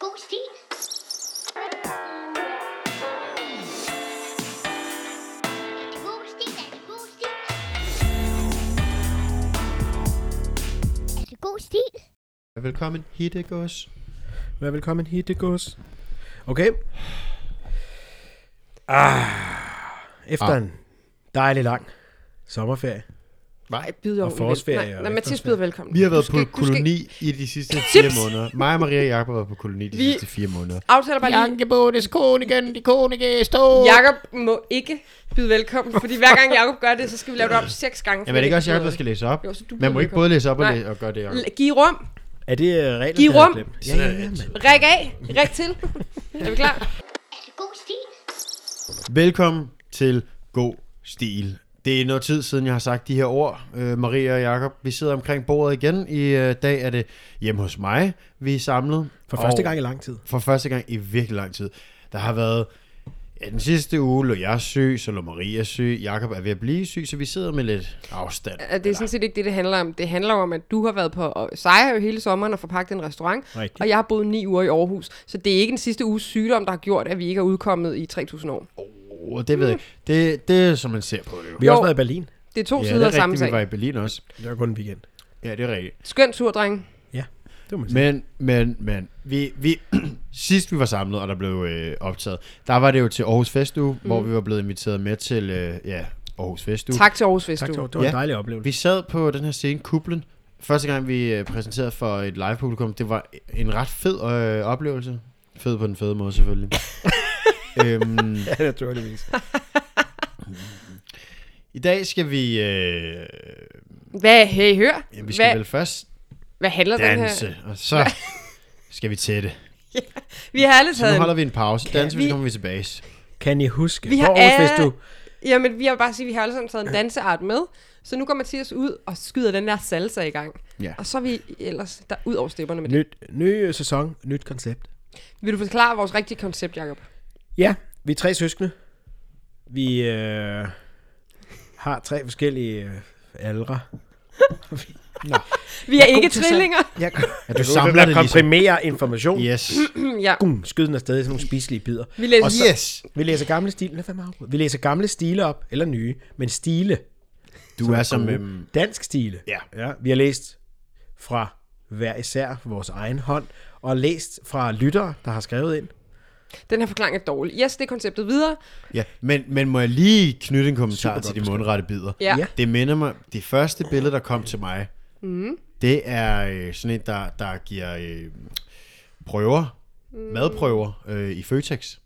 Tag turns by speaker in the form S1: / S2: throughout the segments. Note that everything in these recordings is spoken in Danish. S1: Boosty. God stil.
S2: Velkommen, Hittegås.
S3: Vær velkommen hit, det gås. Okay. Ah, efter ah. en dejlig lang sommerferie.
S4: Nej, byder
S3: Og forårsferie
S4: Nej,
S3: og
S4: nej Mathias byder
S3: efterårsferie.
S4: velkommen.
S2: Vi har været
S4: Du
S2: på
S4: skal- du skal-
S2: koloni i de sidste
S4: Tips!
S2: fire måneder. Mig og Maria og Jacob har været på koloni de
S4: Vi-
S2: sidste fire måneder.
S4: Aftaler bare lige,
S3: Jankebodes konigen, de konige stå.
S4: Jakob må ikke byde velkommen, fordi hver gang Jakob gør det, så skal vi lave det om seks gange.
S2: Jamen, er det ikke også
S4: Jakob,
S2: Jacob, der skal læse op?
S4: Jo, så du
S2: Man må
S4: byder
S2: ikke både læse op og,
S4: Nej.
S2: læse og gøre det, Jacob.
S4: Giv rum,
S3: Er det øh, regler,
S4: Giv
S3: der er
S4: rum.
S3: glemt? Ja, ja, ja, mand.
S4: ræk af, ræk til. Er vi klar?
S1: God stil.
S2: Velkommen til God Stil. Det er noget tid siden, jeg har sagt de her ord, øh, Maria og Jakob. Vi sidder omkring bordet igen. I øh, dag er det hjemme hos mig, vi er samlet.
S3: For første
S2: Og-
S3: gang i lang tid.
S2: for første gang i virkelig lang tid. Der har været ja, den sidste uge lå jeg syg, så lå Maria syg, Jakob er ved at blive syg, så vi sidder med lidt afstand.
S4: Og Det er sådan set ikke det, det handler om. Det handler om, at du har været på og sejre jo hele sommeren og forpagtet en restaurant,
S3: Rigtigt.
S4: og jeg har boet ni uger i Aarhus. Så det er ikke den sidste uges sygdom, der har gjort, at vi ikke er udkommet i 3.000 år.
S2: Oh, det ved jeg ikke. Det, det er, som man ser på det jo.
S3: Vi har også
S4: Jo.
S3: været i Berlin.
S4: Det er to
S2: Ja, det
S4: sider af
S2: er
S4: samme
S2: rigtigt, vi var
S4: sag.
S2: i Berlin også.
S3: Det var kun en weekend. Mm.
S2: Ja, det er rigtigt.
S4: Skøn tur, dreng.
S3: Ja, det må man sige.
S2: Men, men, men, vi, vi, sidst vi var samlet, og der blev øh, optaget, der var det jo til Aarhus Festuge, mm. hvor vi var blevet inviteret med til, øh, ja, Aarhus Festuge.
S4: Tak til Aarhus
S3: Tak,
S4: Festuge.
S3: Tove. det var en
S2: Ja.
S3: dejlig oplevelse.
S2: Vi sad på den her scene, Kuplen. Første gang, vi øh, præsenterede for et live-publikum, det var en ret fed øh, oplevelse. Fed på den fede måde, selvfølgelig. øhm,
S3: Ja, naturligvis.
S2: I dag skal vi... Øh,
S4: Hvad, hey, hør.
S2: ja, vi skal
S4: Hvad,
S2: vel først
S4: hvad handler den her?
S2: danse, og så skal vi tætte.
S4: Vi har alle
S2: Så nu
S4: taget
S2: holder
S4: en...
S2: vi en pause. Danser vi,
S4: vi-
S2: så kommer vi tilbage.
S3: Kan I huske?
S4: Vi
S3: Vi
S4: har
S3: har Aarhus, hvis du...
S4: alle- Jamen, vi har bare sige, at vi har alle sammen taget en danseart med. Så nu går Mathias ud og skyder den der salsa i gang.
S2: Ja.
S4: Og så er vi ellers der ud over stepperne med det.
S3: Nyt, ny øh, sæson, nyt koncept.
S4: Vil du forklare vores rigtige koncept, Jacob?
S3: Ja, vi er tre søskende. Vi øh, har tre forskellige øh, aldre.
S4: Vi er
S3: Jeg er
S4: ikke
S3: god til salg.
S4: trillinger.
S3: Jeg,
S2: Ja, du samler det ligesom.
S3: komprimerer information. Yeah.
S2: Yes.
S4: ja.
S3: Boom, skyder den afsted i sådan nogle spiselige bidder.
S4: Vi læser
S3: Og så-
S2: Yes.
S3: Vi læser gamle stile. Lad være med at afbryde. Vi læser gamle stile op, eller nye, men stile.
S2: Du er som...
S3: gode.
S2: Øhm,
S3: Dansk stile.
S2: Ja.
S3: ja. Vi har læst fra hver især vores egen hånd, og læst fra lyttere, der har skrevet ind.
S4: Den her forklaring er dårlig. Yes, det er konceptet videre.
S2: ja. men, men må jeg lige knytte en kommentar
S3: Supergodt
S2: til de
S3: beskrevet.
S2: mundrette bidder?
S4: Ja.
S3: Ja.
S4: ja.
S2: Det minder mig, det første billede, der kom til mig, mm. det er øh, sådan et, der, der giver øh, prøver, mm. madprøver øh, i Føtex.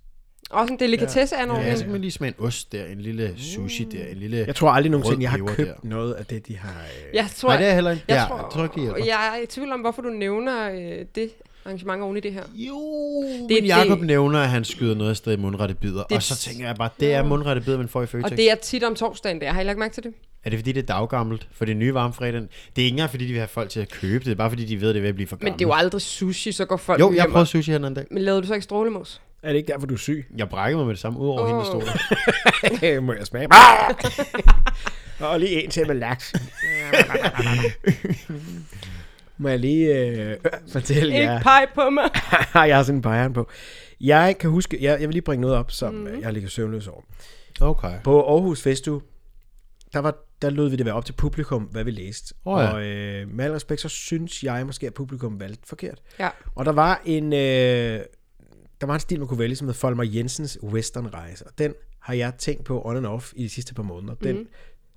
S4: Også en delikatesse ja.
S2: Ja, altså- så
S4: ja.
S2: kan man lige smage en ost der, en lille sushi der, en lille...
S3: Jeg tror aldrig
S2: Rød
S3: nogensinde, jeg har
S2: peber
S3: købt
S2: der.
S3: der. noget af det, de har... Øh,
S4: Jeg tror,
S2: Nej, det er jeg heller ikke.
S4: jeg,
S2: ja,
S4: tror,
S2: jeg tror ikke, det hjælper.
S4: jeg er i tvivl om, hvorfor du nævner øh, det arrangement oven i det her.
S2: Jo,
S4: Det-
S2: det, men Jacob
S4: det-
S2: nævner, at han skyder noget afsted i mundrette bidder,
S4: Det-
S2: og så tænker jeg bare, det er mundrette bidder, man får i Føtex.
S4: Og det er tit om torsdagen der. Har I lagt mærke til det?
S2: Er det fordi, det er daggammelt? For det nye varmfredag, det er ikke engang fordi, de vil have folk til at købe det, det er bare fordi, de ved, at det er ved at blive for
S4: Men
S2: gammelt.
S4: det er jo aldrig sushi, så går folk
S2: jo, jeg
S4: hjem og-
S2: prøvede sushi her den anden dag.
S4: Men lavede du så ikke strålemos?
S3: Er det ikke derfor, du er syg?
S2: Jeg brækkede mig med det samme, ud over oh. hende, der stod der.
S3: Må jeg smage? og lige en til med laks. Må jeg lige øh, fortælle jer...
S4: Ikke pege på mig.
S3: jeg har sådan en bajeren på. Jeg kan huske, jeg, jeg vil lige bringe noget op, som mm. jeg ligger søvnløs over.
S2: Okay.
S3: På Aarhus Festu, der, var, der lod vi det være op til publikum, hvad vi læste.
S2: Åh ja.
S3: Og øh, med al respekt, så synes jeg måske, at publikum valgte forkert.
S4: Ja.
S3: Og der var en, øh, der var en stil, man kunne vælge, som hed Folmer Jensens Western Rejse. Og den har jeg tænkt på on and off i de sidste par måneder. Den
S4: Mhm.
S3: mm.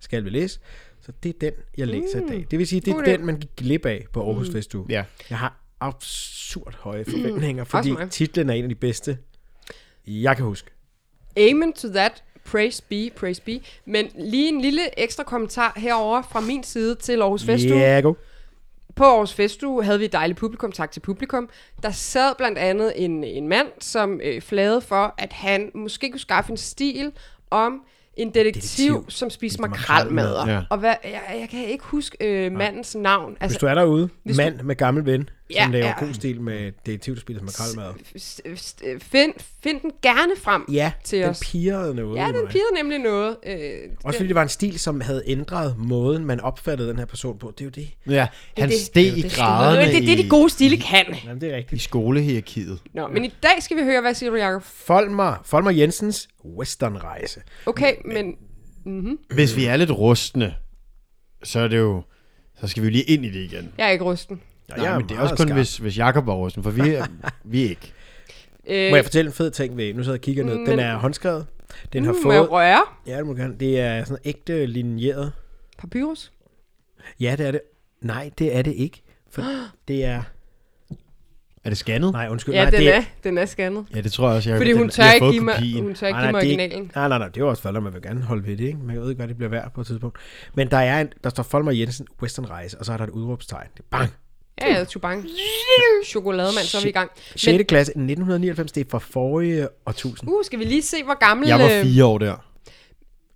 S3: skal vi læse. Så det er den, jeg læser mm. i dag. Det vil sige, det er
S4: God idé.
S3: den, man gik glip af på Aarhus mm. Festu.
S2: Ja.
S3: Jeg har absurd høje forventninger, fordi
S4: Mm. mig.
S3: titlen er en af de bedste, jeg kan huske.
S4: Amen to that. Praise be, praise be. Men lige en lille ekstra kommentar herover fra min side til Aarhus Festuge.
S3: Ja, god.
S4: På Aarhus Festuge havde vi et dejligt publikum, tak til publikum. Der sad blandt andet en, en mand, som øh, flagede for, at han måske kunne skaffe en stil om en detektiv,
S3: Detektiv.
S4: detektiv. som spiste
S3: makrelmadder.
S4: makrelmadder.
S2: Ja.
S4: Ja. Og hvad, jeg, jeg kan ikke huske øh, mandens navn.
S3: Hvis
S4: Altså,
S3: du er derude,
S4: Hvis du-
S3: mand med gammel ven, ja, som laver ja. god stil med detektivspil, som er kaldmad.
S4: S- s- øh, Find, find den gerne frem
S3: Ja,
S4: til
S3: den
S4: os.
S3: pirrede noget
S4: ja,
S3: i
S4: den
S3: mig.
S4: piger nemlig noget. Øh,
S3: Også fordi det var en stil, som havde ændret måden, man opfattede den her person på. Det er jo det.
S2: Ja, han
S4: det-
S2: steg i
S4: det,
S2: graderne
S4: det, det er det, de gode stile kan.
S3: Jamen, det er
S2: i, i
S3: rigtigt.
S2: skolehierarkiet.
S4: Nå, men i dag skal vi høre, hvad siger du, Jacob?
S3: Folmer, Folmer Jensens westernrejse.
S4: Okay, men
S2: Hvis vi er lidt rustne, så er det jo... Så skal vi jo lige ind i det igen.
S4: jeg er ikke rusten.
S3: Og
S2: Nej,
S3: jeg
S2: men det er
S3: meget
S2: også kun,
S3: skarp.
S2: hvis, hvis Jacob var rusten, for vi er, vi er ikke.
S4: Øh,
S3: Må jeg fortælle en fed ting ved? Nu sidder jeg og kigger ned. Den er håndskrevet. Den har
S4: Mm, Må jeg
S3: fået...
S4: røre?
S3: Ja, det må du gerne. Det er sådan ægte linjeret.
S4: Papyrus?
S3: Ja, det er det. Nej, det er det ikke. For det er...
S2: Er det scannet?
S3: Nej, undskyld.
S4: Ja,
S3: nej,
S4: den
S3: det
S4: er, den er scannet.
S2: Ja, det tror jeg også, Jacob.
S4: Fordi hun
S2: Den-
S4: tør
S2: jeg har
S4: ikke
S2: fået
S4: give mig,
S2: kopien.
S4: hun tør ikke
S3: Nej,
S4: give
S3: nej,
S4: mig
S3: det er
S4: originalen.
S3: ikke, nej, nej, nej, det er jo også Folmer, man vil gerne holde ved det, ikke? Man ved ikke, hvad det bliver værd på et tidspunkt. Men der er en, der står Folmer Jensen Westernrejse, og så er der et udråbstegn. Det er bang!
S4: Ja, ja, Chubang. Chokolademand, så er vi i gang.
S3: 6.
S4: Men,
S3: klasse 1999, det er fra forrige årtusind.
S4: uh, skal vi lige se, hvor gammel...
S2: Jeg var
S4: øh,
S2: fire år der.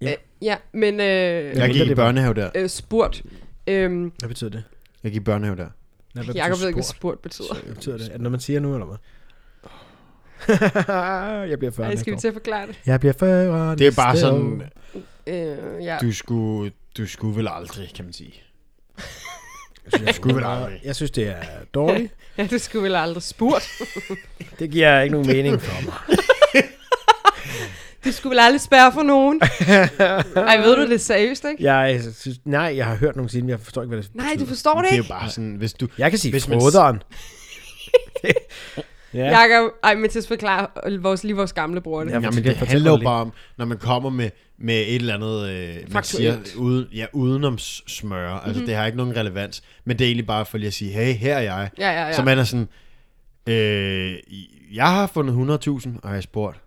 S4: Øh, ja, men øh,
S2: Jeg
S3: venter,
S2: gik i
S3: det var-
S2: børnehave der.
S4: øh, spurt... Øhm,
S3: Hvad betyder det?
S2: Jeg gik i børnehave der.
S3: Hvad, hvad
S4: Jakob ved ikke, hvad
S3: sport?
S4: spurt betyder.
S3: Hvad betyder det? Er det noget, man siger nu, eller hvad? jeg bliver 40
S4: Ej,
S3: næste
S4: skal vi
S3: år.
S4: til at forklare det?
S3: Jeg bliver 40
S2: Det er bare
S3: næste
S2: sådan,
S3: år.
S4: Øh, ja.
S2: du skulle, du skulle vel aldrig, kan man sige.
S3: Jeg
S2: skulle
S3: synes,
S2: vel
S3: det er-
S2: aldrig.
S3: Jeg synes, det er dårligt.
S4: ja, det skulle vel aldrig spurt.
S3: Det giver ikke nogen mening for mig.
S4: Du skulle vel aldrig spærre for nogen. Ej, ved du det er seriøst, ikke?
S3: Jeg synes, nej, jeg har hørt nogen sige, men jeg forstår ikke, hvad det
S4: Nej, du forstår det
S2: Det er
S4: ikke.
S2: jo bare sådan, hvis du...
S3: Jeg kan sige
S2: Hvis man-
S3: froderen. ja.
S4: Jakob, ej, men til at forklare vores, lige vores gamle bror det.
S3: Ja,
S2: Jamen,
S3: fortæl-
S2: det
S3: fortæl
S2: handler jo
S3: mig lidt.
S2: bare om, når man kommer med, med et eller andet, øh, man siger,
S4: Faktuelt. Mhm.
S2: ude, ja, udenom s- smøre. Altså, mm-hmm. det har ikke nogen relevans. Men det er egentlig bare for lige at sige, hey, her er jeg.
S4: Ja, ja, ja.
S2: Så man er sådan, øh, jeg har fundet 100.000, og jeg har spurgt.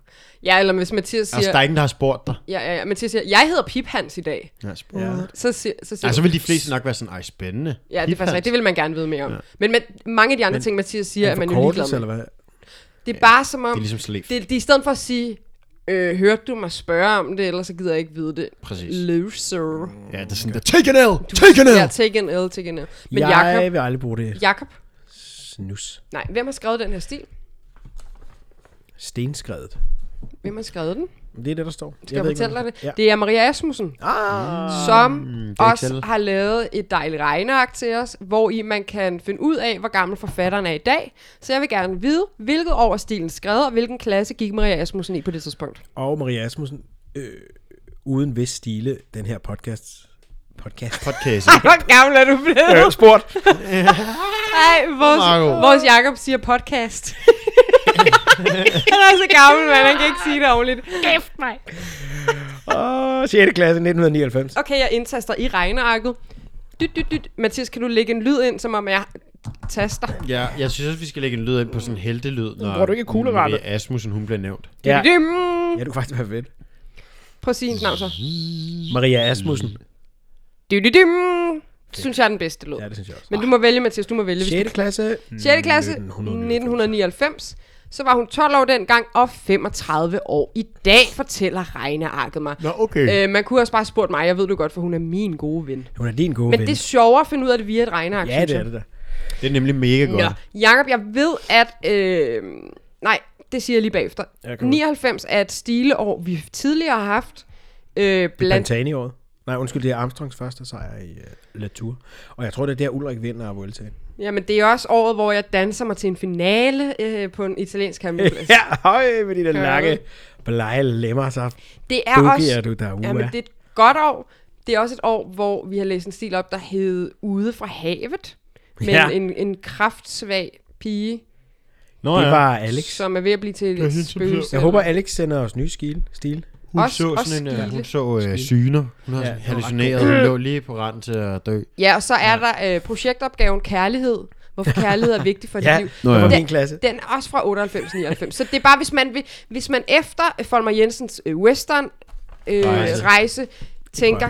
S4: Ja, eller hvis Mathias
S2: Altså, der er
S4: siger...
S2: ingen, der har spurgt dig.
S4: Ja, ja, ja. Mathias siger, jeg hedder Pip Hans i dag.
S2: Jeg har spurgt.
S3: Ja.
S4: Så siger, så siger
S2: Ja, så
S4: du,
S2: vil de fleste nok være sådan, ej, spændende.
S4: Ja, det er faktisk
S2: Piphans.
S4: rigtigt. Det vil man gerne vide mere om. Ja. Men med, mange af de andre men, ting, Mathias siger, er man jo
S3: Forkortelse,
S4: ligeglad med.
S3: eller hvad?
S4: Det er bare som om...
S2: Det er ligesom slæb.
S4: Det, det er i stedet for at sige, øh, hørte du mig spørge om det, ellers så gider jeg ikke vide det.
S2: Præcis.
S4: Loser.
S2: Ja, det er sådan der, take it out, take it
S4: Ja,
S2: out.
S4: take en L, take en L. Men
S3: jeg
S4: Jakob,
S3: vil aldrig bruge det.
S4: Jakob,
S3: Snus.
S4: nej, hvem har skrevet den her stil?
S3: Stenskredet.
S4: Hvem har skrevet den?
S3: Det er det, der står.
S4: Skal jeg,
S3: ved
S4: jeg
S3: ikke,
S4: fortælle dig
S3: hvad
S4: det?
S3: Ja.
S4: Ja. Det er Maria Asmussen,
S3: Ah,
S4: som
S2: Mm, er ikke
S4: også
S2: selv.
S4: har lavet et dejligt regneark til os, hvor i man kan finde ud af, hvor gammel forfatteren er i dag. Så jeg vil gerne vide, hvilket år er stilen skrevet, og hvilken klasse gik Maria Asmussen i på det tidspunkt.
S3: og Maria Asmussen, øh, uden vis stile, den her podcast. Podcast.
S2: Podcast.
S4: Hvor gammel er du blevet?
S3: Øh, spurgt.
S4: Ej, vores,
S2: Marco.
S4: vores Jacob siger podcast. han er så gammel, mand. Han kan ikke sige det ordentligt.
S1: Kæft mig.
S3: Åh, 6. klasse 1999.
S4: Okay, jeg indtaster i regnearket. Dyt, dyt, dyt. Mathias, kan du lægge en lyd ind, som om jeg taster?
S2: ja, jeg synes også, vi skal lægge en lyd ind på sådan en heltelyd, når
S3: Bruger du ikke kuglerettet?
S2: Maria Asmussen, hun bliver nævnt.
S3: Ja.
S4: Ja.
S3: ja, du kan faktisk være fedt.
S4: Prøv at sige hendes navn så.
S2: Mm-hmm.
S3: Maria Asmussen.
S4: Dyt, dyt, dyt. Det synes jeg er den bedste lyd.
S3: Ja, det synes jeg også.
S4: Men du må vælge, Mathias. Du må vælge. Hvis
S3: 6. klasse.
S4: du... 6. klasse
S3: 1999.
S4: 1999. Så var hun 12 år dengang og 35 år i dag, fortæller regnearket mig.
S2: Nå, okay.
S4: Øh, man kunne også bare have spurgt mig, jeg ved du godt, for hun er min gode ven.
S3: Hun er din gode
S4: Men
S3: ven.
S4: det er sjovere at finde ud af det via et regneark,
S3: Ja,
S4: synes
S3: det
S4: jeg.
S3: er det der.
S2: Det er nemlig mega godt.
S4: Nå, Jacob, jeg ved, at... Øh, nej, det siger jeg lige bagefter.
S3: Ja, kom ud.
S4: 99 er et stileår, vi tidligere har haft. Øh, blandt...
S3: Pantani året. Nej, undskyld, det er Armstrongs første sejr i uh, Latour. Og jeg tror, det er der, Ulrik vinder af Vueltaen.
S4: Jamen, det er også året, hvor jeg danser mig til en finale øh, på en italiensk campingplads.
S3: Ja, høj med de der
S4: Ja.
S3: lange, blege lemmer, så
S4: Det er
S3: bukker
S4: også...
S3: du der
S4: Jamen, det
S3: uge.
S4: er et godt år. Det er også et år, hvor vi har læst en stil op, der hed Ude fra havet. Men
S3: Ja.
S4: en, en kraftsvag pige,
S2: Nå,
S3: Det var Alex.
S4: som er ved at blive til et
S2: hende, som
S4: spøgelse.
S3: Jeg håber, Alex sender os nye skil, stil.
S2: Hun
S4: Også-
S2: så,
S4: også
S2: sådan en, øh,
S4: Skile.
S2: hun så øh, syner. Hun har
S3: Ja,
S2: ja,
S3: det var
S2: hallucineret. Hun lå lige på randen til at dø.
S4: Ja, og så er der øh, projektopgaven Kærlighed. Hvorfor kærlighed er vigtig for dit
S3: Ja,
S4: liv.
S2: Nå,
S3: det var
S2: ja.
S3: min klasse.
S4: Den er også fra 98-99. så det er bare, hvis man, vil, hvis man efter Folmer Jensens øh, western øh,
S2: Rejse.
S4: rejse. rejse tænker,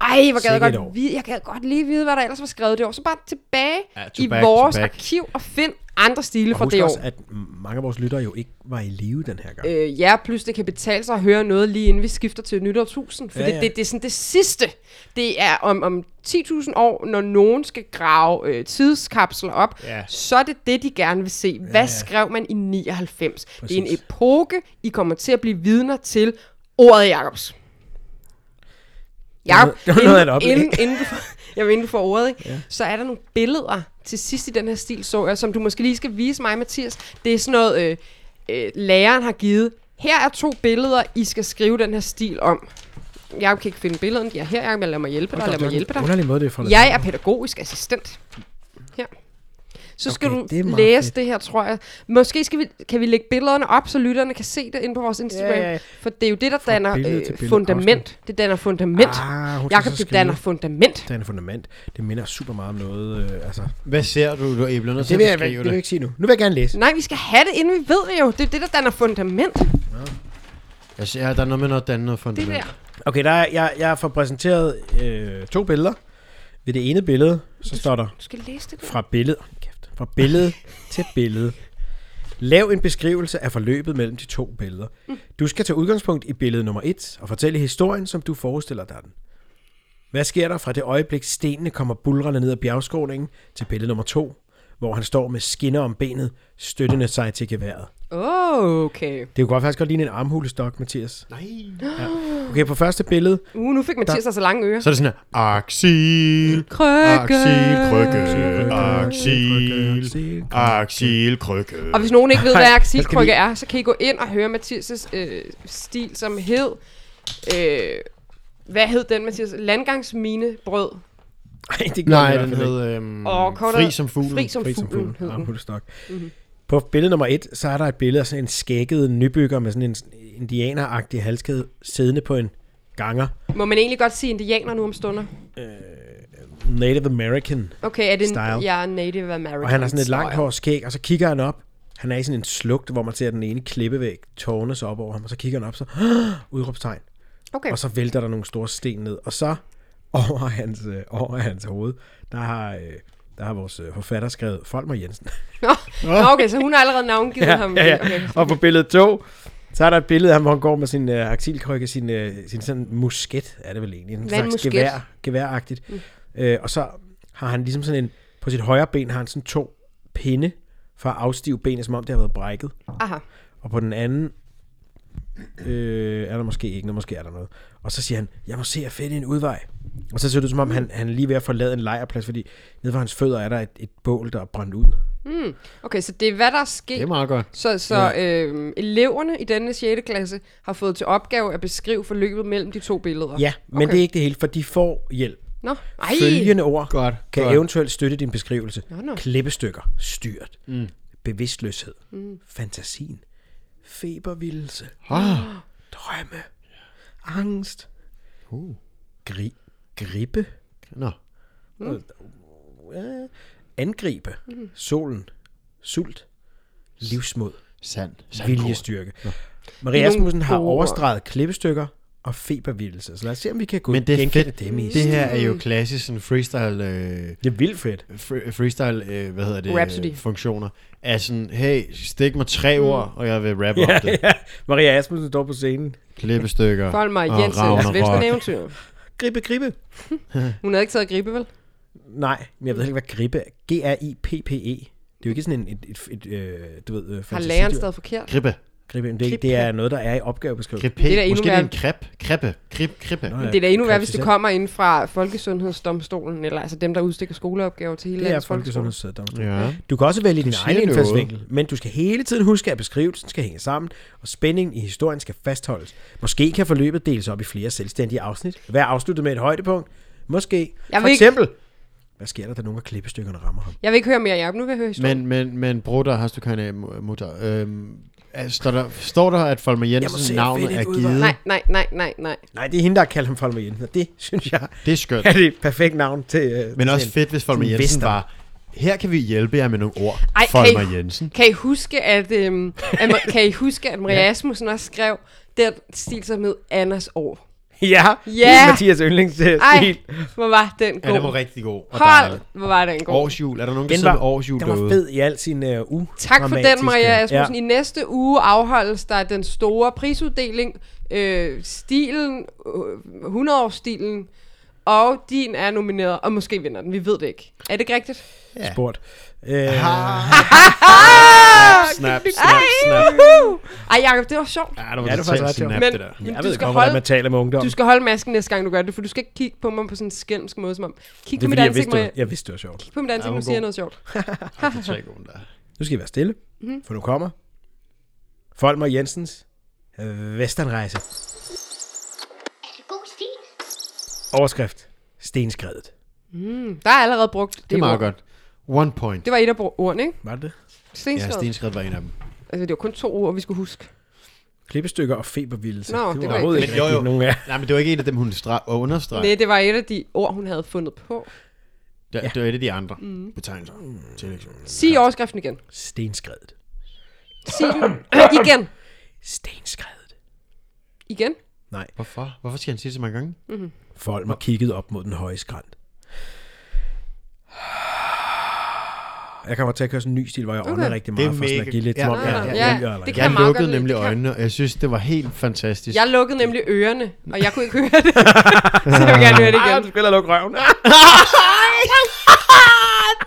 S4: Ej, hvor gad jeg
S3: Sikke et år.
S4: godt, vide, jeg gad godt lige vide, hvad der ellers var skrevet det år. Så bare tilbage
S2: Ja,
S4: ja,
S2: to
S4: i
S2: back, to
S4: vores
S2: back.
S4: arkiv og find andre stile
S3: Og
S4: fra
S3: husk
S4: det år.
S3: også, at mange af vores lyttere jo ikke var i live den her gang. Øh,
S4: øh, ja, plus det kan betale sig at høre noget lige inden vi skifter til nytårstusind. For
S3: Ja,
S4: ja, ja.
S3: ja.
S4: Det, det, det er sådan det sidste. Det er om, om 10.000 år, når nogen skal grave øh, tidskapsler op,
S2: Ja.
S4: ja. så er det det, de gerne vil se. Hvad ja,
S3: ja.
S4: ja. skrev man i 99? Præcis. Det er en
S3: Præcis.
S4: epoke, I kommer til at blive vidner til ordet Jacobs. Jacob,
S3: det var noget af et oplæg.
S4: inden, inden, du får, jamen, inden du får ordet, ikke? Ja. så er der nogle billeder til sidst i den her stil, så jeg, som du måske lige skal vise mig, Mathias. Det er sådan noget, øh, øh, læreren har givet. Her er to billeder, I skal skrive den her stil om. Jeg kan ikke finde billederne. Ja, her, Jacob, jeg lader mig hjælpe dig, lad mig hjælpe dig.
S3: Underlig måde, det er fra
S4: Jeg er pædagogisk assistent. Her. Så skal
S3: Okay,
S4: okay,
S3: det er
S4: du
S3: meget
S4: læse
S3: fedt.
S4: det her, tror jeg. Måske skal vi, kan vi lægge billederne op, så lytterne kan se det inde på vores Instagram.
S3: Ja, ja, ja.
S4: For det er jo det, der danner
S3: billede til
S4: øh,
S3: billede,
S4: fundament. Det danner fundament.
S3: Ah, hun skal
S4: Jakob,
S3: så
S4: det
S3: skrive.
S4: danner fundament.
S3: Det er en fundament. Det minder super meget om noget. Øh, altså.
S2: Hvad ser du, du æbler?
S3: Det vil jeg, det vil jeg ikke sige nu. Nu vil jeg gerne læse.
S4: Nej, vi skal have det, inden vi ved det jo. Det er det, der danner fundament.
S2: Jeg ser, at der er noget med noget dannet noget
S4: Det
S2: fundament.
S4: der.
S3: Okay, der er, jeg, jeg får præsenteret øh, to billeder. Ved det ene billede, så står der
S4: Du skal læse det. Der.
S3: fra billede, Hold kæft, fra billede til billede. Lav en beskrivelse af forløbet mellem de to billeder. Du skal tage udgangspunkt i billede nummer et og fortælle historien, som du forestiller dig den. Hvad sker der fra det øjeblik, stenene kommer bulrende ned ad bjergskråningen til billede nummer to, hvor han står med skinner om benet, støttende sig til geværet?
S4: Åh, Okay.
S3: Det kunne godt faktisk godt ligne en armhulestok, Mathias.
S2: Nej.
S3: Okay, på første billede,
S4: Uh, nu fik Mathias altså lange ører.
S2: Så er det sådan her, Axil, Axil, krykke, Axil, Axil, krykke.
S4: Og hvis nogen ikke ved,
S3: Nej,
S4: hvad
S3: hvad skal vi-
S4: aksilkrykke er, så kan I gå ind og høre Mathias' øh, stil, som hed... Øh, hvad hed den, Mathias? Landgangsminebrød.
S3: Nej, det gør
S2: Nej,
S3: det i hvert
S2: den
S3: fald ikke.
S2: hed øhm,
S4: Og kortere-
S2: Fri som fuglen.
S4: Fri som,
S3: Fri som
S4: fuglen, Mhm.
S3: fuglen.
S4: hed den.
S3: Armhulestok. På billede nummer et, så er der et billede af sådan en skækket nybygger med sådan en indianeragtig halskæde siddende på en ganger.
S4: Må man egentlig godt sige indianer nu om stunder?
S3: Native American.
S4: Okay, er det en,
S3: Style.
S4: jeg er native american.
S3: Og han har sådan et
S4: style.
S3: langt hår og skæg, og så kigger han op. Han er i sådan en slugt, hvor man ser den ene klippevæg tårne sig op over ham, og så kigger han op, så udråbstegn.
S4: Okay.
S3: Og så vælter der nogle store sten ned, og så over hans, øh, over hans hoved, der har, øh, der har vores øh, forfatter skrevet Folmer Jensen.
S4: Nå, okay, så hun har allerede navngivet ham.
S3: ja, ja.
S4: Okay.
S3: Og på billede 2, så er der et billede af ham, hvor han går med sin øh, aksilkrykke, sin, øh, sin sådan musket, er det vel egentlig, en
S4: Hvad er en
S3: slags
S4: musket?
S3: gevær, geværagtigt. Mm. Øh, og så har han ligesom sådan en, på sit højre ben har han sådan to pinde for at afstive benet, som om det har været brækket.
S4: Aha.
S3: Og på den anden, øh, er der måske ikke noget, måske er der noget. Og så siger han, jeg må se at finde en udvej. Og så ser det ud, som om han, han er lige ved at forlade en lejrplads, fordi nede for hans fødder er der et, et bål, der er brændt ud.
S4: Okay, så det er, hvad der er sket.
S2: Det er meget godt.
S4: Så, så øh, eleverne i denne 6. klasse har fået til opgave at beskrive forløbet mellem de to billeder.
S3: Ja, men okay. det er ikke det hele, for de får hjælp.
S4: Nå, ej.
S3: Følgende ord
S2: Godt,
S3: kan
S2: godt.
S3: eventuelt støtte din beskrivelse.
S4: Nå, nå.
S3: Klippestykker, styrt, mm. bevidstløshed, mm. fantasien, febervildelse,
S2: Ah,
S3: drømme, angst, uh. gri, gribe,
S2: nå.
S3: øh, angribe, mm. solen, sult, livsmod,
S2: Sand. Sandkort.
S3: viljestyrke. Maria
S4: Det er nogle
S3: Asmussen har
S4: gode ord.
S3: overstreget klippestykker og febervildelse. Så lad os se, om vi kan gå
S2: Men det er
S3: genkende
S2: fedt.
S3: dem i.
S2: Det her er jo klassisk sådan freestyle... Øh,
S3: Det er vildt fedt.
S2: fre- freestyle, øh, hvad hedder det,
S4: Rhapsody. Mm.
S2: funktioner, er sådan, hey, stik mig tre ord, og jeg vil rappe om det.
S3: ja. Maria Asmussen står på scenen.
S2: Klippestykker.
S4: Fold mig øh,
S2: og
S4: Jensens
S2: Ragnarok.
S4: Vestland Eventyr.
S3: Gribe, gribe.
S4: Hun havde ikke taget gribe, vel?
S3: Nej, men jeg ved ikke, hvad gribe er. G-R-I-P-P-E. E. Det er jo ikke sådan en, et, et, et, øh, du ved, øh,
S4: Har
S3: fantasidyr.
S4: læreren stadig forkert?
S2: Krippe.
S3: Gribe, men det, er ikke- det er noget, der er i opgavebeskrivelsen.
S2: Krippe.
S4: Det er da endnu
S2: Måske det er en
S4: værre.
S2: krep. Krippe. Krip, krippe.
S3: Nå ja.
S4: Det er da endnu værre, hvis det
S3: Kvalificeret.
S4: kommer ind fra Folkesundhedsdomstolen, eller altså dem, der udstikker skoleopgaver til hele
S3: Det er
S4: landets folkeskole.
S3: folkesundhedsdomstol.
S2: Ja.
S3: Du kan også vælge din
S2: siger
S3: egen
S2: noget.
S3: indfaldsvinkel, men du skal hele tiden huske, at beskrivelsen skal hænge sammen, og spændingen i historien skal fastholdes. Måske kan forløbet deles op i flere selvstændige afsnit. Hver afsluttet med et højdepunkt. Måske.
S4: Jeg
S3: For
S4: vil ikke-
S3: eksempel, hvad sker der, da nogle af klippestykkerne rammer ham?
S4: Jeg vil ikke høre mere, Jacob. Nu vil jeg høre historien.
S2: Men, men, men bruder, har du keine mutter. Øhm, er- står, der, står der, at Folmer
S3: Jeg må se,
S2: Jensens
S3: at
S2: navn
S3: finde
S2: er
S3: et udvej.
S2: givet?
S4: Nej, nej, nej, nej, nej.
S3: Nej, det er hende, der har kaldt ham Folmer Jensen, og det synes jeg
S2: Det er skønt.
S3: er det perfekte navn til... Øh,
S2: Men
S3: til
S2: også
S3: en-
S2: fedt, hvis Folmer
S3: sådan en
S2: Jensen
S3: western.
S2: var, her kan vi hjælpe jer med nogle ord.
S4: Ej,
S2: Folmer
S4: kan I-
S2: Jensen.
S4: Kan I huske, at, øhm, at kan I huske, at Maria Asmussen også skrev den stil, som hed Annas år?
S3: ja,
S4: Ja.
S3: yeah. Mathias
S2: øh,
S3: yndlingsstil.
S4: Ej, hvor var den
S2: Ja, den var
S4: god.
S2: rigtig god. og
S4: Hold,
S2: dejlig.
S4: hvor var den god.
S2: Årsjul. Er der nogen, der
S3: Den
S2: sidder
S3: var,
S2: med årsjul
S3: den var
S2: derude?
S3: fed i al sin uh, u
S4: Tak for den, Maria Asmussen. Ja.
S3: Ja.
S4: I næste uge afholdes der den store prisuddeling, øh, stilen, øh, 100-årsstilen, og din er nomineret, og måske vinder den, vi ved det ikke. Er det ikke rigtigt?
S3: Sport. Øh,
S4: Ah!
S2: Snap, snap, snap.
S4: Woohoo! Ej, Jacob, det var sjovt.
S2: Ja, det var
S3: Ja, det var faktisk
S2: totalt
S3: ret sjovt.
S2: snap,
S4: Men-
S2: det der.
S4: men
S3: jeg
S4: du
S3: ved
S4: skal
S3: godt, hvordan
S4: holde-
S3: man taler med ungdom.
S4: Du skal holde masken næste gang, du gør det, for du skal ikke kigge på mig på sådan en skælmsk måde, som om, kig
S3: det er
S4: på mit
S3: fordi, jeg
S4: ansigt,
S3: vidste,
S4: Maria.
S3: det var- jeg vidste, det var sjovt.
S4: Kig på mit ansigt,
S2: hun
S4: når
S2: er
S4: siger
S2: god.
S4: noget sjovt.
S2: Ej, det er totalt god, den der.
S3: Nu skal I være stille, mm-hmm. for nu kommer Folmer Jensens øh, Vesternrejse.
S1: ghosty,
S3: Overskrift. Stenskredet.
S4: Hmm, Der er allerede brugt det,
S2: Det er meget
S4: ord.
S2: godt. One point.
S4: Det var et af bro- ordene, ikke?
S3: Var det det?
S2: Ja,
S4: Stenskred. Ja,
S2: stenskred var en af dem.
S4: altså, det var kun to ord, vi skulle huske.
S3: Klippestykker og febervildelse.
S4: Nå, det
S3: det
S4: var
S3: var overhovedet
S4: ikke
S2: det.
S3: ikke
S2: Men jo,
S3: rigtigt
S2: jo.
S3: nogen af.
S2: Nej, men det var ikke en af dem, hun stra- understregede.
S4: Nej, det var et af de ord, hun havde fundet på.
S2: Det, ja. det var et af de andre mm. betegnelser. Tillægsord.
S4: Sig overskriften igen.
S3: Stenskredet.
S4: Sig den igen.
S3: Stenskredet.
S4: Igen.
S3: Nej,
S2: Hvorfor? Hvorfor skal han sige det så mange gange?
S3: Folmer kiggede op mod den høje skrant. Jeg kommer til at køre sådan en ny stil, hvor jeg okay. ånder rigtig
S2: Det er
S3: meget for sådan at
S2: mega-
S3: give lidt
S2: ja,
S3: som om,
S2: ja,
S3: jeg-
S2: ja,
S3: jeg
S4: ja.
S3: ryger eller
S4: Det kan
S2: Jeg
S4: jeg meget godt
S2: lukkede
S4: lide.
S2: nemlig
S4: Det kan-
S2: øjnene, og jeg synes, det var helt fantastisk.
S4: Jeg lukkede nemlig ørerne, og jeg kunne ikke høre det. Så jeg vil gerne høre det
S3: Ah,
S4: igen.
S3: du skal hellere lukke røven.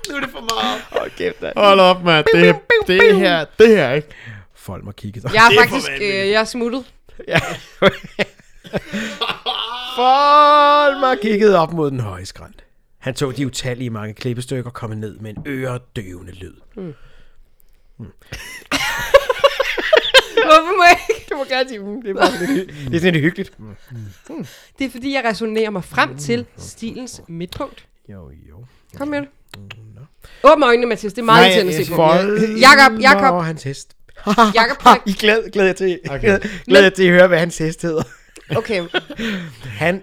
S2: nu er det for meget. Hold kæft, Hold op, mand. Det, det her, det her, ikke?
S3: Folmer kiggede.
S4: Jeg er
S2: Det er
S4: faktisk
S2: for
S4: øh,
S2: vanvittigt.
S4: jeg er smuttet.
S3: Folmer kiggede op mod den høje skrant. Han så de utallige mange klippestykker komme ned med en øredøvende lyd.
S4: Hvorfor må jeg ikke?
S3: Du må gerne sige, mm, det, er bare lidt, hy- det er sådan lidt hyggeligt. Mm.
S4: Det er fordi, jeg resonerer mig frem til stilens midtpunkt.
S3: Jo, jo.
S4: Kom med det. Åbn øjnene, Mathias. Det er meget
S2: Nej,
S4: irriterende
S3: øh,
S4: at se på.
S3: Folmer
S4: Jakob, Jakob.
S3: og hans hest.
S4: Jakob,
S3: I glæder, glæder, jeg til,
S2: Okay.
S3: okay. glæder jeg til at høre, hvad hans hest hedder.
S4: okay.
S3: Han,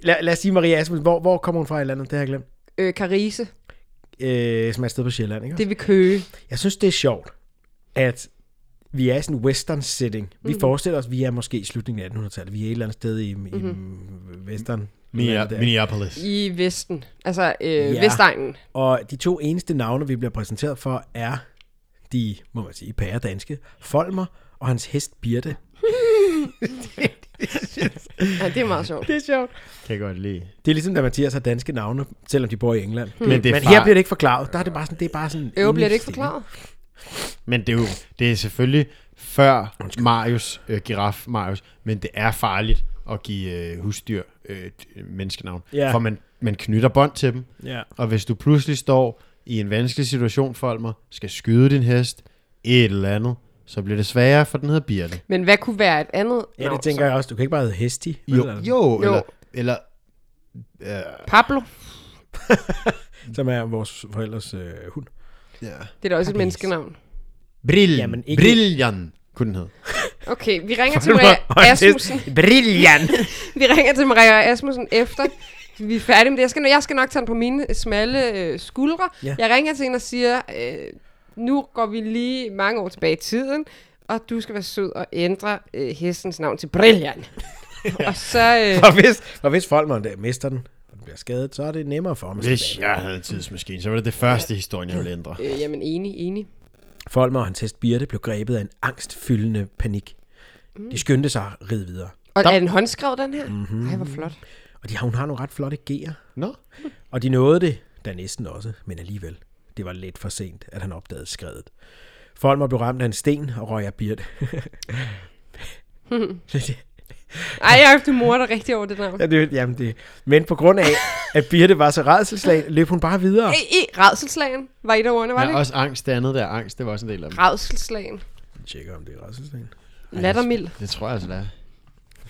S3: lad, lad os sige Maria Asmussen. Hvor, hvor kommer hun fra i landet? Det har jeg glemt.
S4: Øh, Karise,
S3: Øh, som er et sted på Sjælland, ikke?
S4: det vil køge.
S3: Jeg synes, det er sjovt, at vi er i sådan en western setting. Vi mm. forestiller os, at vi er måske i slutningen af 1800-tallet. Vi er et eller andet sted i, i mm. western.
S2: Minne- Minneapolis.
S4: I Vesten. Altså, øh, ja.
S3: Ja.
S4: Vestegnen.
S3: Og de to eneste navne, vi bliver præsenteret for, er de, må man sige, pære danske, Folmer og hans hest Birte.
S4: Ja, det er meget sjovt.
S3: Det er sjovt.
S2: Kan jeg godt lide.
S3: Det er ligesom, da Mathias har danske navne, selvom de bor i England.
S4: Hmm.
S3: Mm.
S2: Men det er
S3: Men
S2: far-
S3: her bliver det ikke forklaret. Der er det bare sådan, det er bare sådan...
S4: Øv, bliver det ikke
S3: indlysende.
S4: forklaret?
S2: Men det er jo det er selvfølgelig før Marius, øh, giraf Marius, men det er farligt at give øh, husdyr øh, t- menneskenavn.
S3: Ja.
S2: For man, man knytter bånd til dem,
S3: Ja.
S2: og hvis du pludselig står i en vanskelig situation, Folmer, skal skyde din hest, et eller andet, så bliver det sværere, for den hedder Birte.
S4: Men hvad kunne være et andet?
S3: Ja,
S4: navn,
S3: det tænker jeg også. Du kan ikke bare hedde Hesti.
S2: Jo,
S3: vel?
S2: jo, eller,
S4: Jo.
S2: eller
S4: så? Pablo.
S3: Som er vores forældres øh, hund.
S2: ja.
S4: Det er da også et menneskenavn.
S2: Brill,
S3: Jamen,
S2: Jamen,
S3: ikke-
S2: ikke... Brillian, kunne den hedde.
S4: Okay, vi ringer til Maria Asmussen.
S3: Brilliant.
S4: Vi ringer til Maria Asmussen efter. Vi er færdige med det. Jeg skal, jeg skal nok tage den på mine smalle øh, skuldre.
S3: Ja.
S4: Ja. Jeg ringer til hende og siger, øh, nu går vi lige mange år tilbage i tiden, og du skal være sød og ændre øh, hestens navn til Brilliant. og så... Øh,
S3: og hvis, og hvis Folmer der mister den, og den bliver skadet, så er det nemmere for ham. at
S2: Hvis
S3: tilbage.
S2: jeg havde en tidsmaskine, så var det det første historie, jeg ville ændre.
S4: øh, jamen, enig, enig.
S3: Folmer og hans hest Birte blev grebet af en angstfyldende panik.
S4: Mm.
S3: De skyndte sig at ride videre.
S4: Og er den håndskrevet, den her? Mm-hmm. Ej, hvor flot.
S3: Og de, har- hun har nogle ret flotte G'er.
S2: Nå,
S3: Og de nåede det, da næsten også, men alligevel. Det var lidt for sent, at han opdagede skredet. Folmer blev ramt af en sten og røg af Birte.
S4: Ej, jeg du morder rigtig over det navn.
S3: Ja, det, jamen det. Men på grund af, at Birte var så redselslag, løb hun bare videre.
S4: I, I redselslagen var et af ordene, var det
S2: ja,
S4: ikke?
S2: også angst, det andet der angst, det var også en del af dem.
S4: Redselslagen.
S3: Jeg tjekker, om det er redselslag.
S4: Lattermild.
S2: Det tror jeg altså, det er.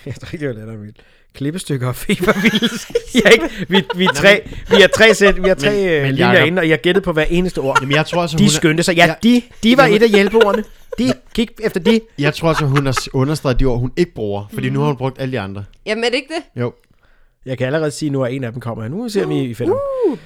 S3: Jeg tror ikke, det var lettere vildt. Klippestykker og febervildt. Jeg er ikke, vi, vi, er tre, vi er tre, sæt, vi er tre
S2: Men-
S3: men,
S2: men
S3: men linjer
S2: Jacob-
S3: inde, og jeg gættede på hver eneste ord.
S2: Jamen, jeg tror altså, hun
S3: De skyndte sig. Ja, de, de var et af hjælpeordene. De gik efter de.
S2: Er, jeg tror altså, hun har s- understreget de ord, hun ikke bruger, fordi nu har hun brugt alle de andre.
S4: Jamen, er det ikke det?
S2: Jo.
S3: Jeg kan allerede sige nu, at en af dem kommer her. Nu ser vi, I finder uh.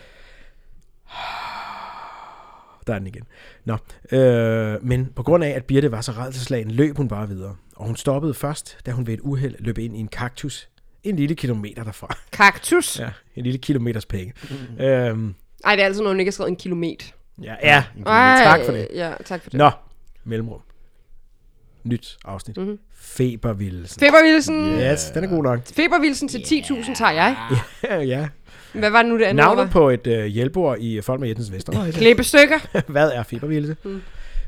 S3: Der er den igen. Nå. Øh, men på grund af, at Birte var så redselslagen, løb hun bare videre. Og hun stoppede først, da hun ved et uheld løb ind i en kaktus. en lille kilometer derfra.
S4: Kaktus. Ja.
S3: Ja, en lille kilometers penge. Mm. Øhm,
S4: Ej, det er altså noget, hun ikke har skrevet en kilometer.
S3: ja, ja,
S4: Ej,
S3: Mm, tak for det.
S4: Ja, tak for det.
S3: Nå, mellemrum. Nyt afsnit. Mm-hmm. Febervildelsen.
S4: Febervilsen. Yeah.
S3: Yes, den er god nok.
S4: Febervilsen til 10.000 tager jeg.
S3: ja, ja.
S4: Hvad var det nu det andet?
S3: Navnet
S4: ord var?
S3: på et øh, hjælpeord i Folk med Jensens Vesterhøj.
S4: Klippestykker.
S3: Hvad er febervilde? Mm.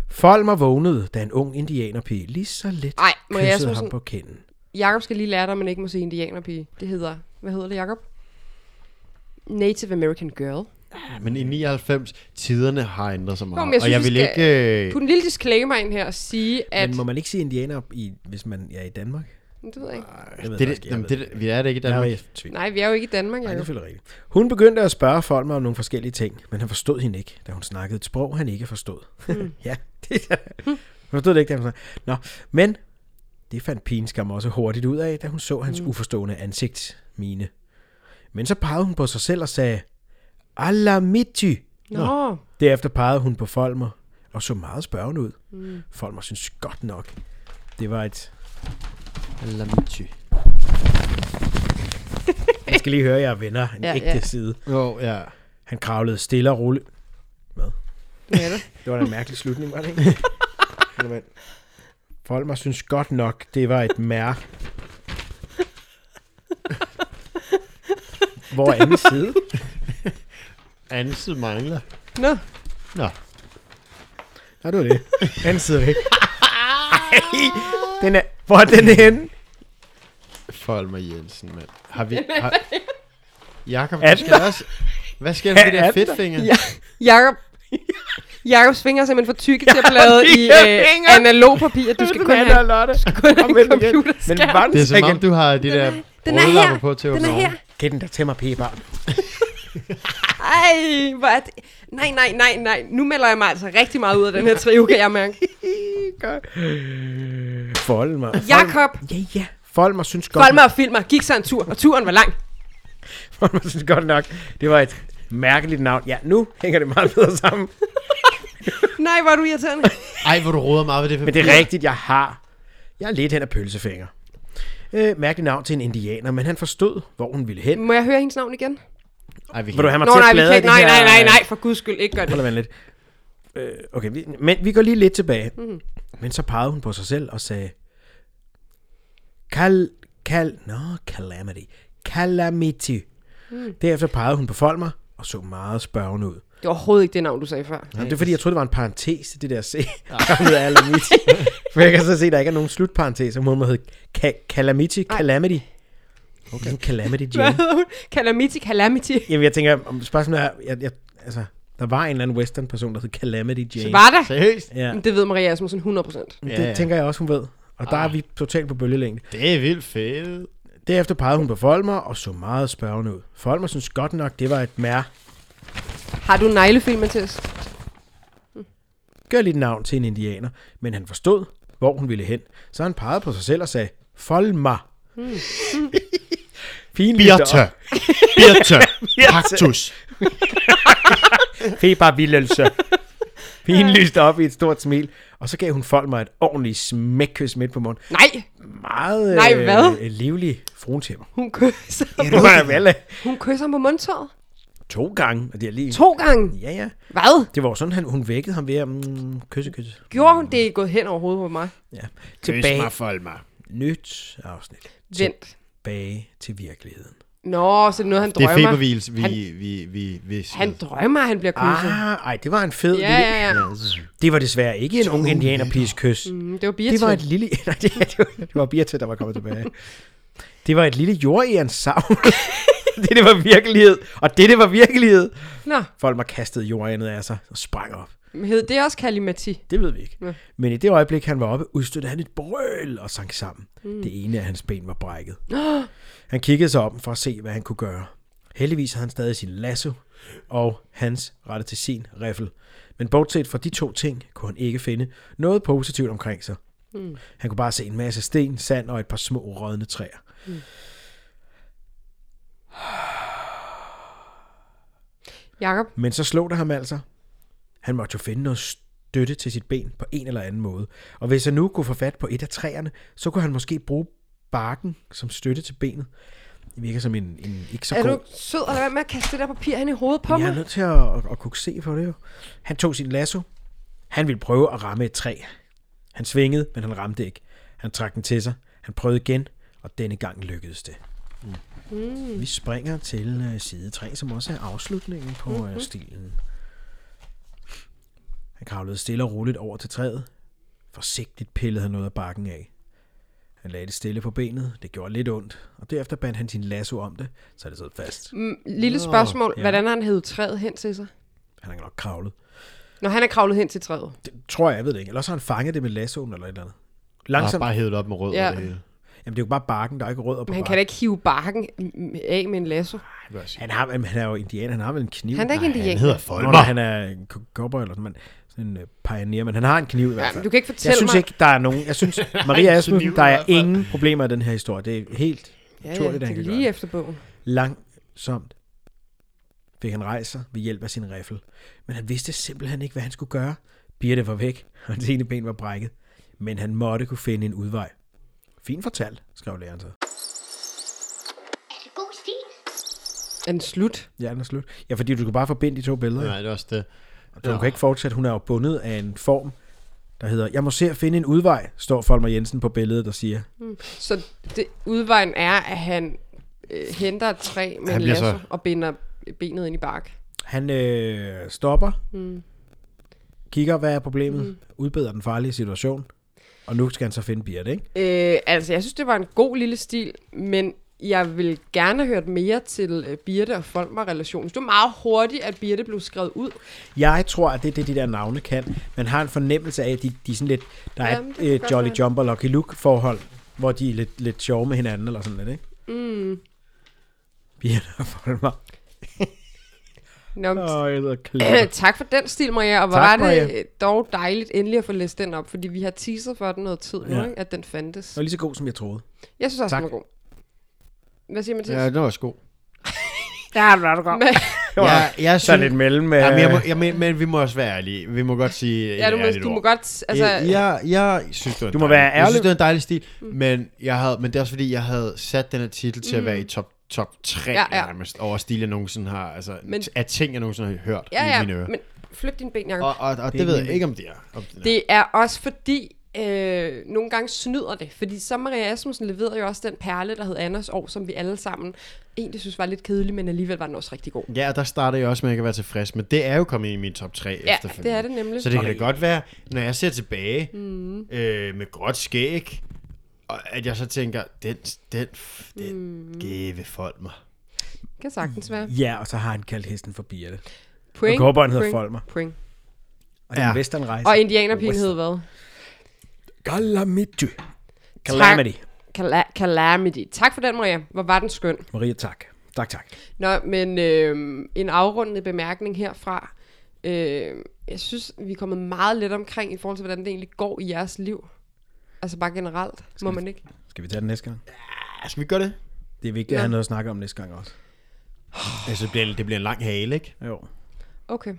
S3: Folmer vågnede, da en ung indianerpige lige så let
S4: Ej, må jeg
S3: kyssede
S4: så
S3: ham
S4: sådan-
S3: på kinden.
S4: Jakob skal lige lære dig, at man ikke må sige indianerpige. Det hedder... Hvad hedder det, Jakob? Native American Girl.
S2: Men i 99, tiderne har ændret sig meget.
S4: Jo, men jeg
S2: og
S4: synes,
S2: jeg
S4: vi
S2: vil
S4: skal
S2: ikke... Øh,
S4: Put en lille disclaimer ind her og sige, at...
S3: Men må man ikke sige indianer, i, hvis man er i Danmark?
S4: Det ved jeg ikke.
S3: Jeg ved
S2: det,
S3: faktisk,
S2: det,
S3: jeg
S2: jamen,
S3: ved
S2: det, det, vi er det ikke i Danmark.
S3: Jeg er i tvivl.
S4: Nej, vi er jo ikke i
S3: Nej,
S4: Danmark,
S3: det er
S4: Jacob.
S3: selvfølgelig rigtigt. Hun begyndte at spørge Folmer om nogle forskellige ting, men han forstod hende ikke, da hun snakkede et sprog, han ikke forstod. Mm. ja, det Hun forstod det ikke, da hun snakkede. Nå, men det fandt pigen skam også hurtigt ud af, da hun så hans mm. uforstående ansigt, mine. Men så pegede hun på sig selv og sagde, Alamity.
S4: Nå.
S3: Derefter pegede hun på Folmer og så meget spørgende ud. Mm. Folmer synes godt nok, det var et... Alamity. Jeg skal lige høre jer venner, en
S4: Ja,
S3: ja, ægte
S4: ja.
S3: ja. side.
S2: Jo, ja.
S3: Han kravlede stille og roligt.
S4: Hvad er det?
S3: Det var da en mærkelig slutning, var det ikke? Eller hvad? Folmer synes godt nok, det var et mærke. Hvor anden side?
S2: Anden side mangler.
S4: Nå.
S2: Nå.
S3: Har du det? Anden side væk. Ej, den er, hvor er den henne?
S2: Folmer Jensen, mand. Har vi... Har... Jakob,
S3: Er
S2: hvad
S3: den
S2: skal der også... Hvad sker der med de
S3: Er
S2: der
S3: den der?
S2: fedtfingre?
S4: Ja. Jakob. Jakobs fingre er simpelthen for tykke til at blade i
S3: de her
S4: øh,
S3: fingre.
S4: analog papir. Du skal kun
S3: Anna
S4: have
S3: og Lotte.
S4: kun have
S3: Kom
S4: en
S3: med den igen. Men
S4: computerskærm.
S3: var den
S2: Det er som om,
S3: igen?
S2: du har de der
S4: Den er
S2: rødlapper
S4: her.
S2: på til at
S4: Den
S2: åbne
S4: er her.
S2: over.
S3: Gæt den der til mig, Peber.
S4: Ej, hvor er det... Nej, nej, nej, nej. Nu melder jeg mig altså rigtig meget ud af den her trio, kan jeg mærke.
S3: Folmer.
S4: Jakob,
S3: Ja, ja. Folmer synes godt
S4: hold mig og film mig. Gik så en tur, og turen var lang.
S3: Folk synes godt nok, det var et mærkeligt navn. Ja, nu hænger det meget bedre sammen.
S4: Nej, hvor er du irriterende.
S2: Ej, hvor du roder meget ved det.
S3: Men det er rigtigt, jeg har. Jeg er lidt hen af pølsefinger. Øh, mærkeligt navn til en indianer, men han forstod, hvor hun ville hen.
S4: Må jeg høre hendes navn igen?
S2: Ej, vi
S3: Vil du have mig
S4: Nå,
S3: til
S4: nej,
S3: at
S4: vi
S3: bladre
S4: kan
S3: i
S4: ikke.
S3: det
S4: Nej,
S3: her? øh,
S4: nej, nej, nej. For guds skyld, ikke gør det.
S3: Hold da lidt. Øh, okay, vi, men vi går lige lidt tilbage.
S4: Mhm.
S3: Mm. Men så pegede hun på sig selv og sagde, Kal, kal, nå, calamity. Calamity. Mm. Derefter pegede hun på Folmer og så meget spørgende ud.
S4: Det var overhovedet ikke det navn, du sagde før.
S3: Jamen, det Ah. er fordi, jeg troede, det var en parentes, det der C. Kommet af Alamity. For jeg kan så se, at der ikke er nogen slutparentes, som hun må hedde Ka- Calamity. Calamity. Okay. Calamity
S4: Hvad
S3: Jane.
S4: hedder hun? Calamity, Calamity.
S3: Jamen, jeg tænker, om spørgsmålet er, jeg, jeg, altså, der var en eller anden western person, der hed Calamity Jane.
S4: Var der?
S2: Seriøst?
S3: Ja,
S4: Det ved Maria Asmussen 100%.
S3: det
S2: Ja, ja.
S3: tænker jeg også, hun ved. Og der er vi totalt på bølgelængde.
S2: Det er vildt fedt.
S3: Derefter pegede hun på Folmer og så meget spørgende ud. Folmer synes godt nok, det var et mær.
S4: Har du en neglefilm, Mathias?
S3: Gør lidt navn til en indianer, men han forstod, hvor hun ville hen. Så han pegede på sig selv og sagde, Folmer. Pinligt
S2: Hmm. Birte. Birte. Kaktus.
S3: Febervildelse. Pinlyst op i et stort smil. Og så gav hun folk mig et ordentligt smækkys midt på munden.
S4: Nej,
S3: Meget
S4: Nej, hvad?
S3: Øh, livlig fruentæpper.
S4: hun kysser,
S3: Ja,
S4: hun kysser ham på mundtøjet.
S3: to gange. Og det er lige...
S4: To gange.
S3: Ja, ja.
S4: Hvad?
S3: Det var jo sådan, han, hun vækkede ham ved at mm, kysse, kysse.
S4: Gjorde hun det er gået hen over hovedet på mig?
S3: Ja.
S2: Kys
S3: Tilbage.
S2: mig, Folmer.
S3: Nyt afsnit.
S4: Vent.
S3: Tilbage til virkeligheden.
S4: Nå, så det er noget, han
S2: Det er
S4: drømmer.
S2: feberviels, vi, vi, vi, vi,
S4: Han drømmer, at han bliver kysset.
S3: Ah, ej, det var en fed
S4: ja,
S3: lille...
S4: ja, ja.
S3: Det var desværre ikke en ung indianerpiges kys.
S4: Mm, det var
S3: Det
S4: Birte.
S3: var et lille... Nej, det, det, var, det var Birte, der var kommet tilbage. Det var et lille jordærens savn. det, det var virkelighed. Og det, det var virkelighed.
S4: Nå,
S3: Folk var kastet jordærnet af sig og sprang op.
S4: men hed det også Kalimati?
S3: Det ved vi ikke.
S4: Ja.
S3: Men i det øjeblik, han var oppe, udstødte han et brøl og sank sammen. Mm. Ah! Det ene af hans ben var brækket. han kiggede sig om for at se, hvad han kunne gøre. Heldigvis havde han stadig sin lasso og hans rette til sin riffel. Men bortset fra de to ting, kunne han ikke finde noget positivt omkring sig. Mm. Han kunne bare se en masse sten, sand og et par små rådne træer.
S4: Jakob,
S3: Men så slog det ham altså. Han måtte jo finde noget støtte til sit ben på en eller anden måde. Og hvis han nu kunne få fat på et af træerne, så kunne han måske bruge barken som støtte til benet. Det virker som en, en ikke så
S4: Er
S3: god...
S4: du sød at lade være med at kaste det der papir hen i hovedet på
S3: Jeg er
S4: mig?
S3: nødt til at, at, at kunne se på det jo. Han tog sin lasso. Han ville prøve at ramme et træ. Han svingede, men han ramte ikke. Han trak den til sig. Han prøvede igen, og denne gang lykkedes det. Mm. Vi springer til øh, side 3, som også er afslutningen på
S4: Mhm.
S3: mm-hmm. stilen. Han kravlede stille og roligt over til træet. Forsigtigt pillede han noget af bakken af. Han lagde det stille på benet. Det gjorde lidt ondt. Og derefter bandt han sin lasso om det, så det sad fast.
S4: Mm, Lille
S2: Nå,
S4: spørgsmål.
S3: ja.
S4: Hvordan har han hævet træet hen til sig?
S3: Han har nok kravlet.
S4: Når han er kravlet hen til træet.
S3: Det tror jeg, jeg ved det ikke. Eller også har han fanget det med lassoen eller et eller andet.
S2: Langsomt.
S3: Langsomt.
S2: bare hævet op med rød
S4: Ja.
S2: ja. det hele.
S3: Jamen, det er jo bare barken, der er ikke rødder på
S4: Men han kan
S3: barken.
S4: da ikke hive barken mm, af med en lasso.
S3: Han, har, jamen, han er jo indianer, han har vel en kniv.
S4: Han er da
S3: Nej,
S4: ikke indianer.
S2: Han hedder
S3: Nå, nej,
S2: Folmer.
S3: han er en co- cowboy eller sådan, men sådan en øh, pioneer, men han har en kniv i hvert
S4: Ja, men
S3: fald.
S4: du kan ikke
S3: jeg
S4: fortælle
S3: synes
S4: mig...
S3: ikke, der er nogen... Jeg synes, Maria Asmussen,
S2: kniv i
S3: der er
S2: hvert fald.
S3: ingen problemer i den her historie. Det er helt
S4: Ja,
S3: naturligt, at
S4: det
S3: han
S4: er
S3: kan
S4: lige
S3: gøre
S4: efter bogen.
S3: Langsomt fik han rejser ved hjælp af sin riffel. Men han vidste simpelthen ikke, hvad han skulle gøre. Birte var væk, og hans ene ben var brækket. Men han måtte kunne finde en udvej. Fint fortalt, skrev læreren så.
S1: Ghosty,
S4: Er den slut?
S3: Ja, den er slut. Ja, fordi du kan bare forbinde de to billeder.
S2: Nej, det er også det.
S3: Du kan ikke fortsætte. Hun er jo bundet af en form, der hedder, jeg må se at finde en udvej, står Folmer Jensen på billedet, der siger.
S4: Så det, udvejen er, at han øh, henter et træ med
S2: Han
S4: en
S2: bliver
S4: lasso
S2: så-
S4: og binder benet ind i bark.
S3: Han øh, stopper, mm. kigger, hvad er problemet, mm. udbedrer den farlige situation, og nu skal han så finde Birte, ikke?
S4: Øh, altså, jeg synes, det var en god lille stil, men jeg vil gerne have hørt mere til øh, Birte og Folmer-relationen. Så Det var meget hurtigt, at Birte blev skrevet ud.
S3: Jeg tror, at det er det, de der navne kan. Man har en fornemmelse af, at de, de er sådan lidt, der er
S4: Jamen, det
S3: et
S4: kan
S3: øh,
S4: godt
S3: Jolly
S4: være.
S3: Jumper Lucky Luke forhold, hvor de er lidt, lidt sjove med hinanden, eller sådan lidt, ikke? Mm. Birte og Folmer.
S4: Nå, men-
S3: Åh, jeg hedder
S4: tak for den stil, Maria, og hvor
S3: Tak,
S4: var det
S3: Maria.
S4: øh, dog dejligt endelig at få læst den op, fordi vi har teaset for den noget tid nu,
S3: Ja.
S4: ja. at den fandtes.
S3: Den var lige så god, som jeg troede.
S4: Jeg synes også,
S3: Tak.
S4: den var god. Hvad siger Mathias?
S2: Ja, det var også god.
S3: Ja, det var du godt.
S4: Men-
S2: Jeg, jeg
S3: Sådan
S2: synes,
S3: lidt mellem... Øh,
S2: jamen, jeg må, jeg men, men vi må også være ærlige. Vi må godt sige et
S4: ja, du,
S2: ærligt
S4: må, du må
S2: ord.
S4: godt... Altså,
S2: Øh, jeg, jeg synes, det var en
S3: Du må
S2: dejlig-
S3: være
S2: Jeg synes,
S3: ærlig.
S2: det var en dejlig stil, mm. men, jeg havde, men det er også fordi, jeg havde sat den her titel til mm. at være i top, top 3
S4: Ja,
S2: ja,
S4: ja.
S2: ja. nærmest over stil, jeg nogensinde har, altså,
S4: Men-
S2: men, af ting, jeg nogensinde har hørt
S4: ja,
S2: i mine
S4: ja,
S2: ører.
S4: men flyt dine ben, Jacob.
S2: og, og, og det,
S3: ikke
S2: ved
S3: min
S2: jeg ikke, om det er. Om det er.
S4: Det er også fordi, øh, nogle gange snyder det. Fordi så Maria Asmussen leverede jo også den perle, der hed Anders år, som vi alle sammen egentlig synes var lidt kedelig, men alligevel var den også rigtig god.
S2: Ja, og der starter jeg også med ikke at være tilfreds, men det er jo kommet ind i min top 3
S4: Ja,
S2: efterfølgende.
S4: det er det nemlig.
S2: Så det kan da godt være, når jeg ser tilbage mm. øh, med gråt skæg, og at jeg så tænker, den, den, den mm. gave folk mig.
S4: Kan sagtens være.
S3: Ja, og så har han kaldt hesten for Birte.
S4: Point,
S3: Og cowboyen Mm. hedder Folmer.
S4: Point.
S3: Og det er
S2: Ja.
S3: en westernrejse.
S4: Og indianerpigen hed hvad?
S3: Calamity. Calamity.
S4: Cala- Calamity. Tak for den, Maria. Hvor var den skøn.
S3: Maria, tak. Tak, tak.
S4: Nå, men øh, en afrundende bemærkning herfra. Øh, jeg synes, vi er kommet meget lidt omkring i forhold til, hvordan det egentlig går i jeres liv. Altså bare generelt, må man ikke?
S3: Skal vi tage den næste gang?
S2: Ah, Skal vi gøre det?
S3: Det er vigtigt at have noget at snakke om næste gang også.
S2: Altså, det bliver, det bliver en lang hale, ikke?
S3: Jo.
S4: Okay.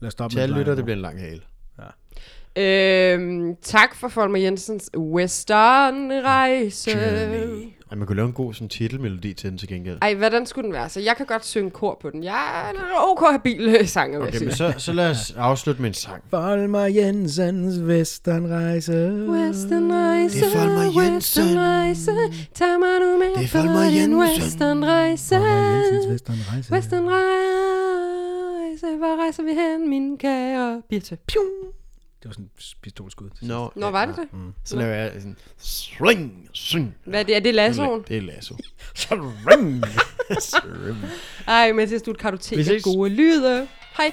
S3: Lad os stoppe
S2: Til alle
S3: plejen
S2: lytter,
S3: nu.
S2: det bliver en lang hale.
S4: Øhm, tak for Folmer Jensens Western-rejse.
S3: Journey.
S2: Ja, man kunne lave en god sådan, titelmelodi til den til gengæld.
S4: Ej, hvordan skulle den være? Så jeg kan godt synge kor på den. Jeg er en ok habil øh, sanger, okay,
S2: Okay,
S4: vil
S2: men
S4: jeg sige.
S2: så, så lad os afslutte med en sang.
S3: Volmer Jensens westernrejse.
S4: Westernrejse,
S2: Det er Folmer Jensen.
S4: Westernrejse, tag mig nu med
S2: Det er Folmer
S4: på din
S2: Jensen.
S4: Westernrejse.
S3: Volmer Jensens westernrejse.
S4: Westernrejse, hvor rejser vi hen, min kære Birte? Pium.
S3: Det var sådan et pistolskud.
S2: Nå,
S4: Nå, var det det?
S2: Så laver jeg sådan... Swing, swing.
S4: Hvad er det? Er det Lassoen?
S2: Det er Lasso.
S3: Ring!
S4: Ej, men til slut kartotek
S2: Vi
S4: af
S2: ses.
S4: gode lyde. Hej.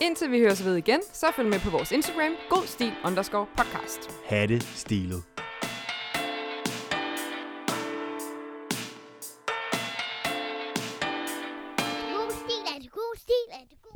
S4: Indtil vi høres ved igen, så følg med på vores Instagram, godstil underscore podcast.
S2: Ha' det stilet.
S1: ghosty, ghosty, ghosty.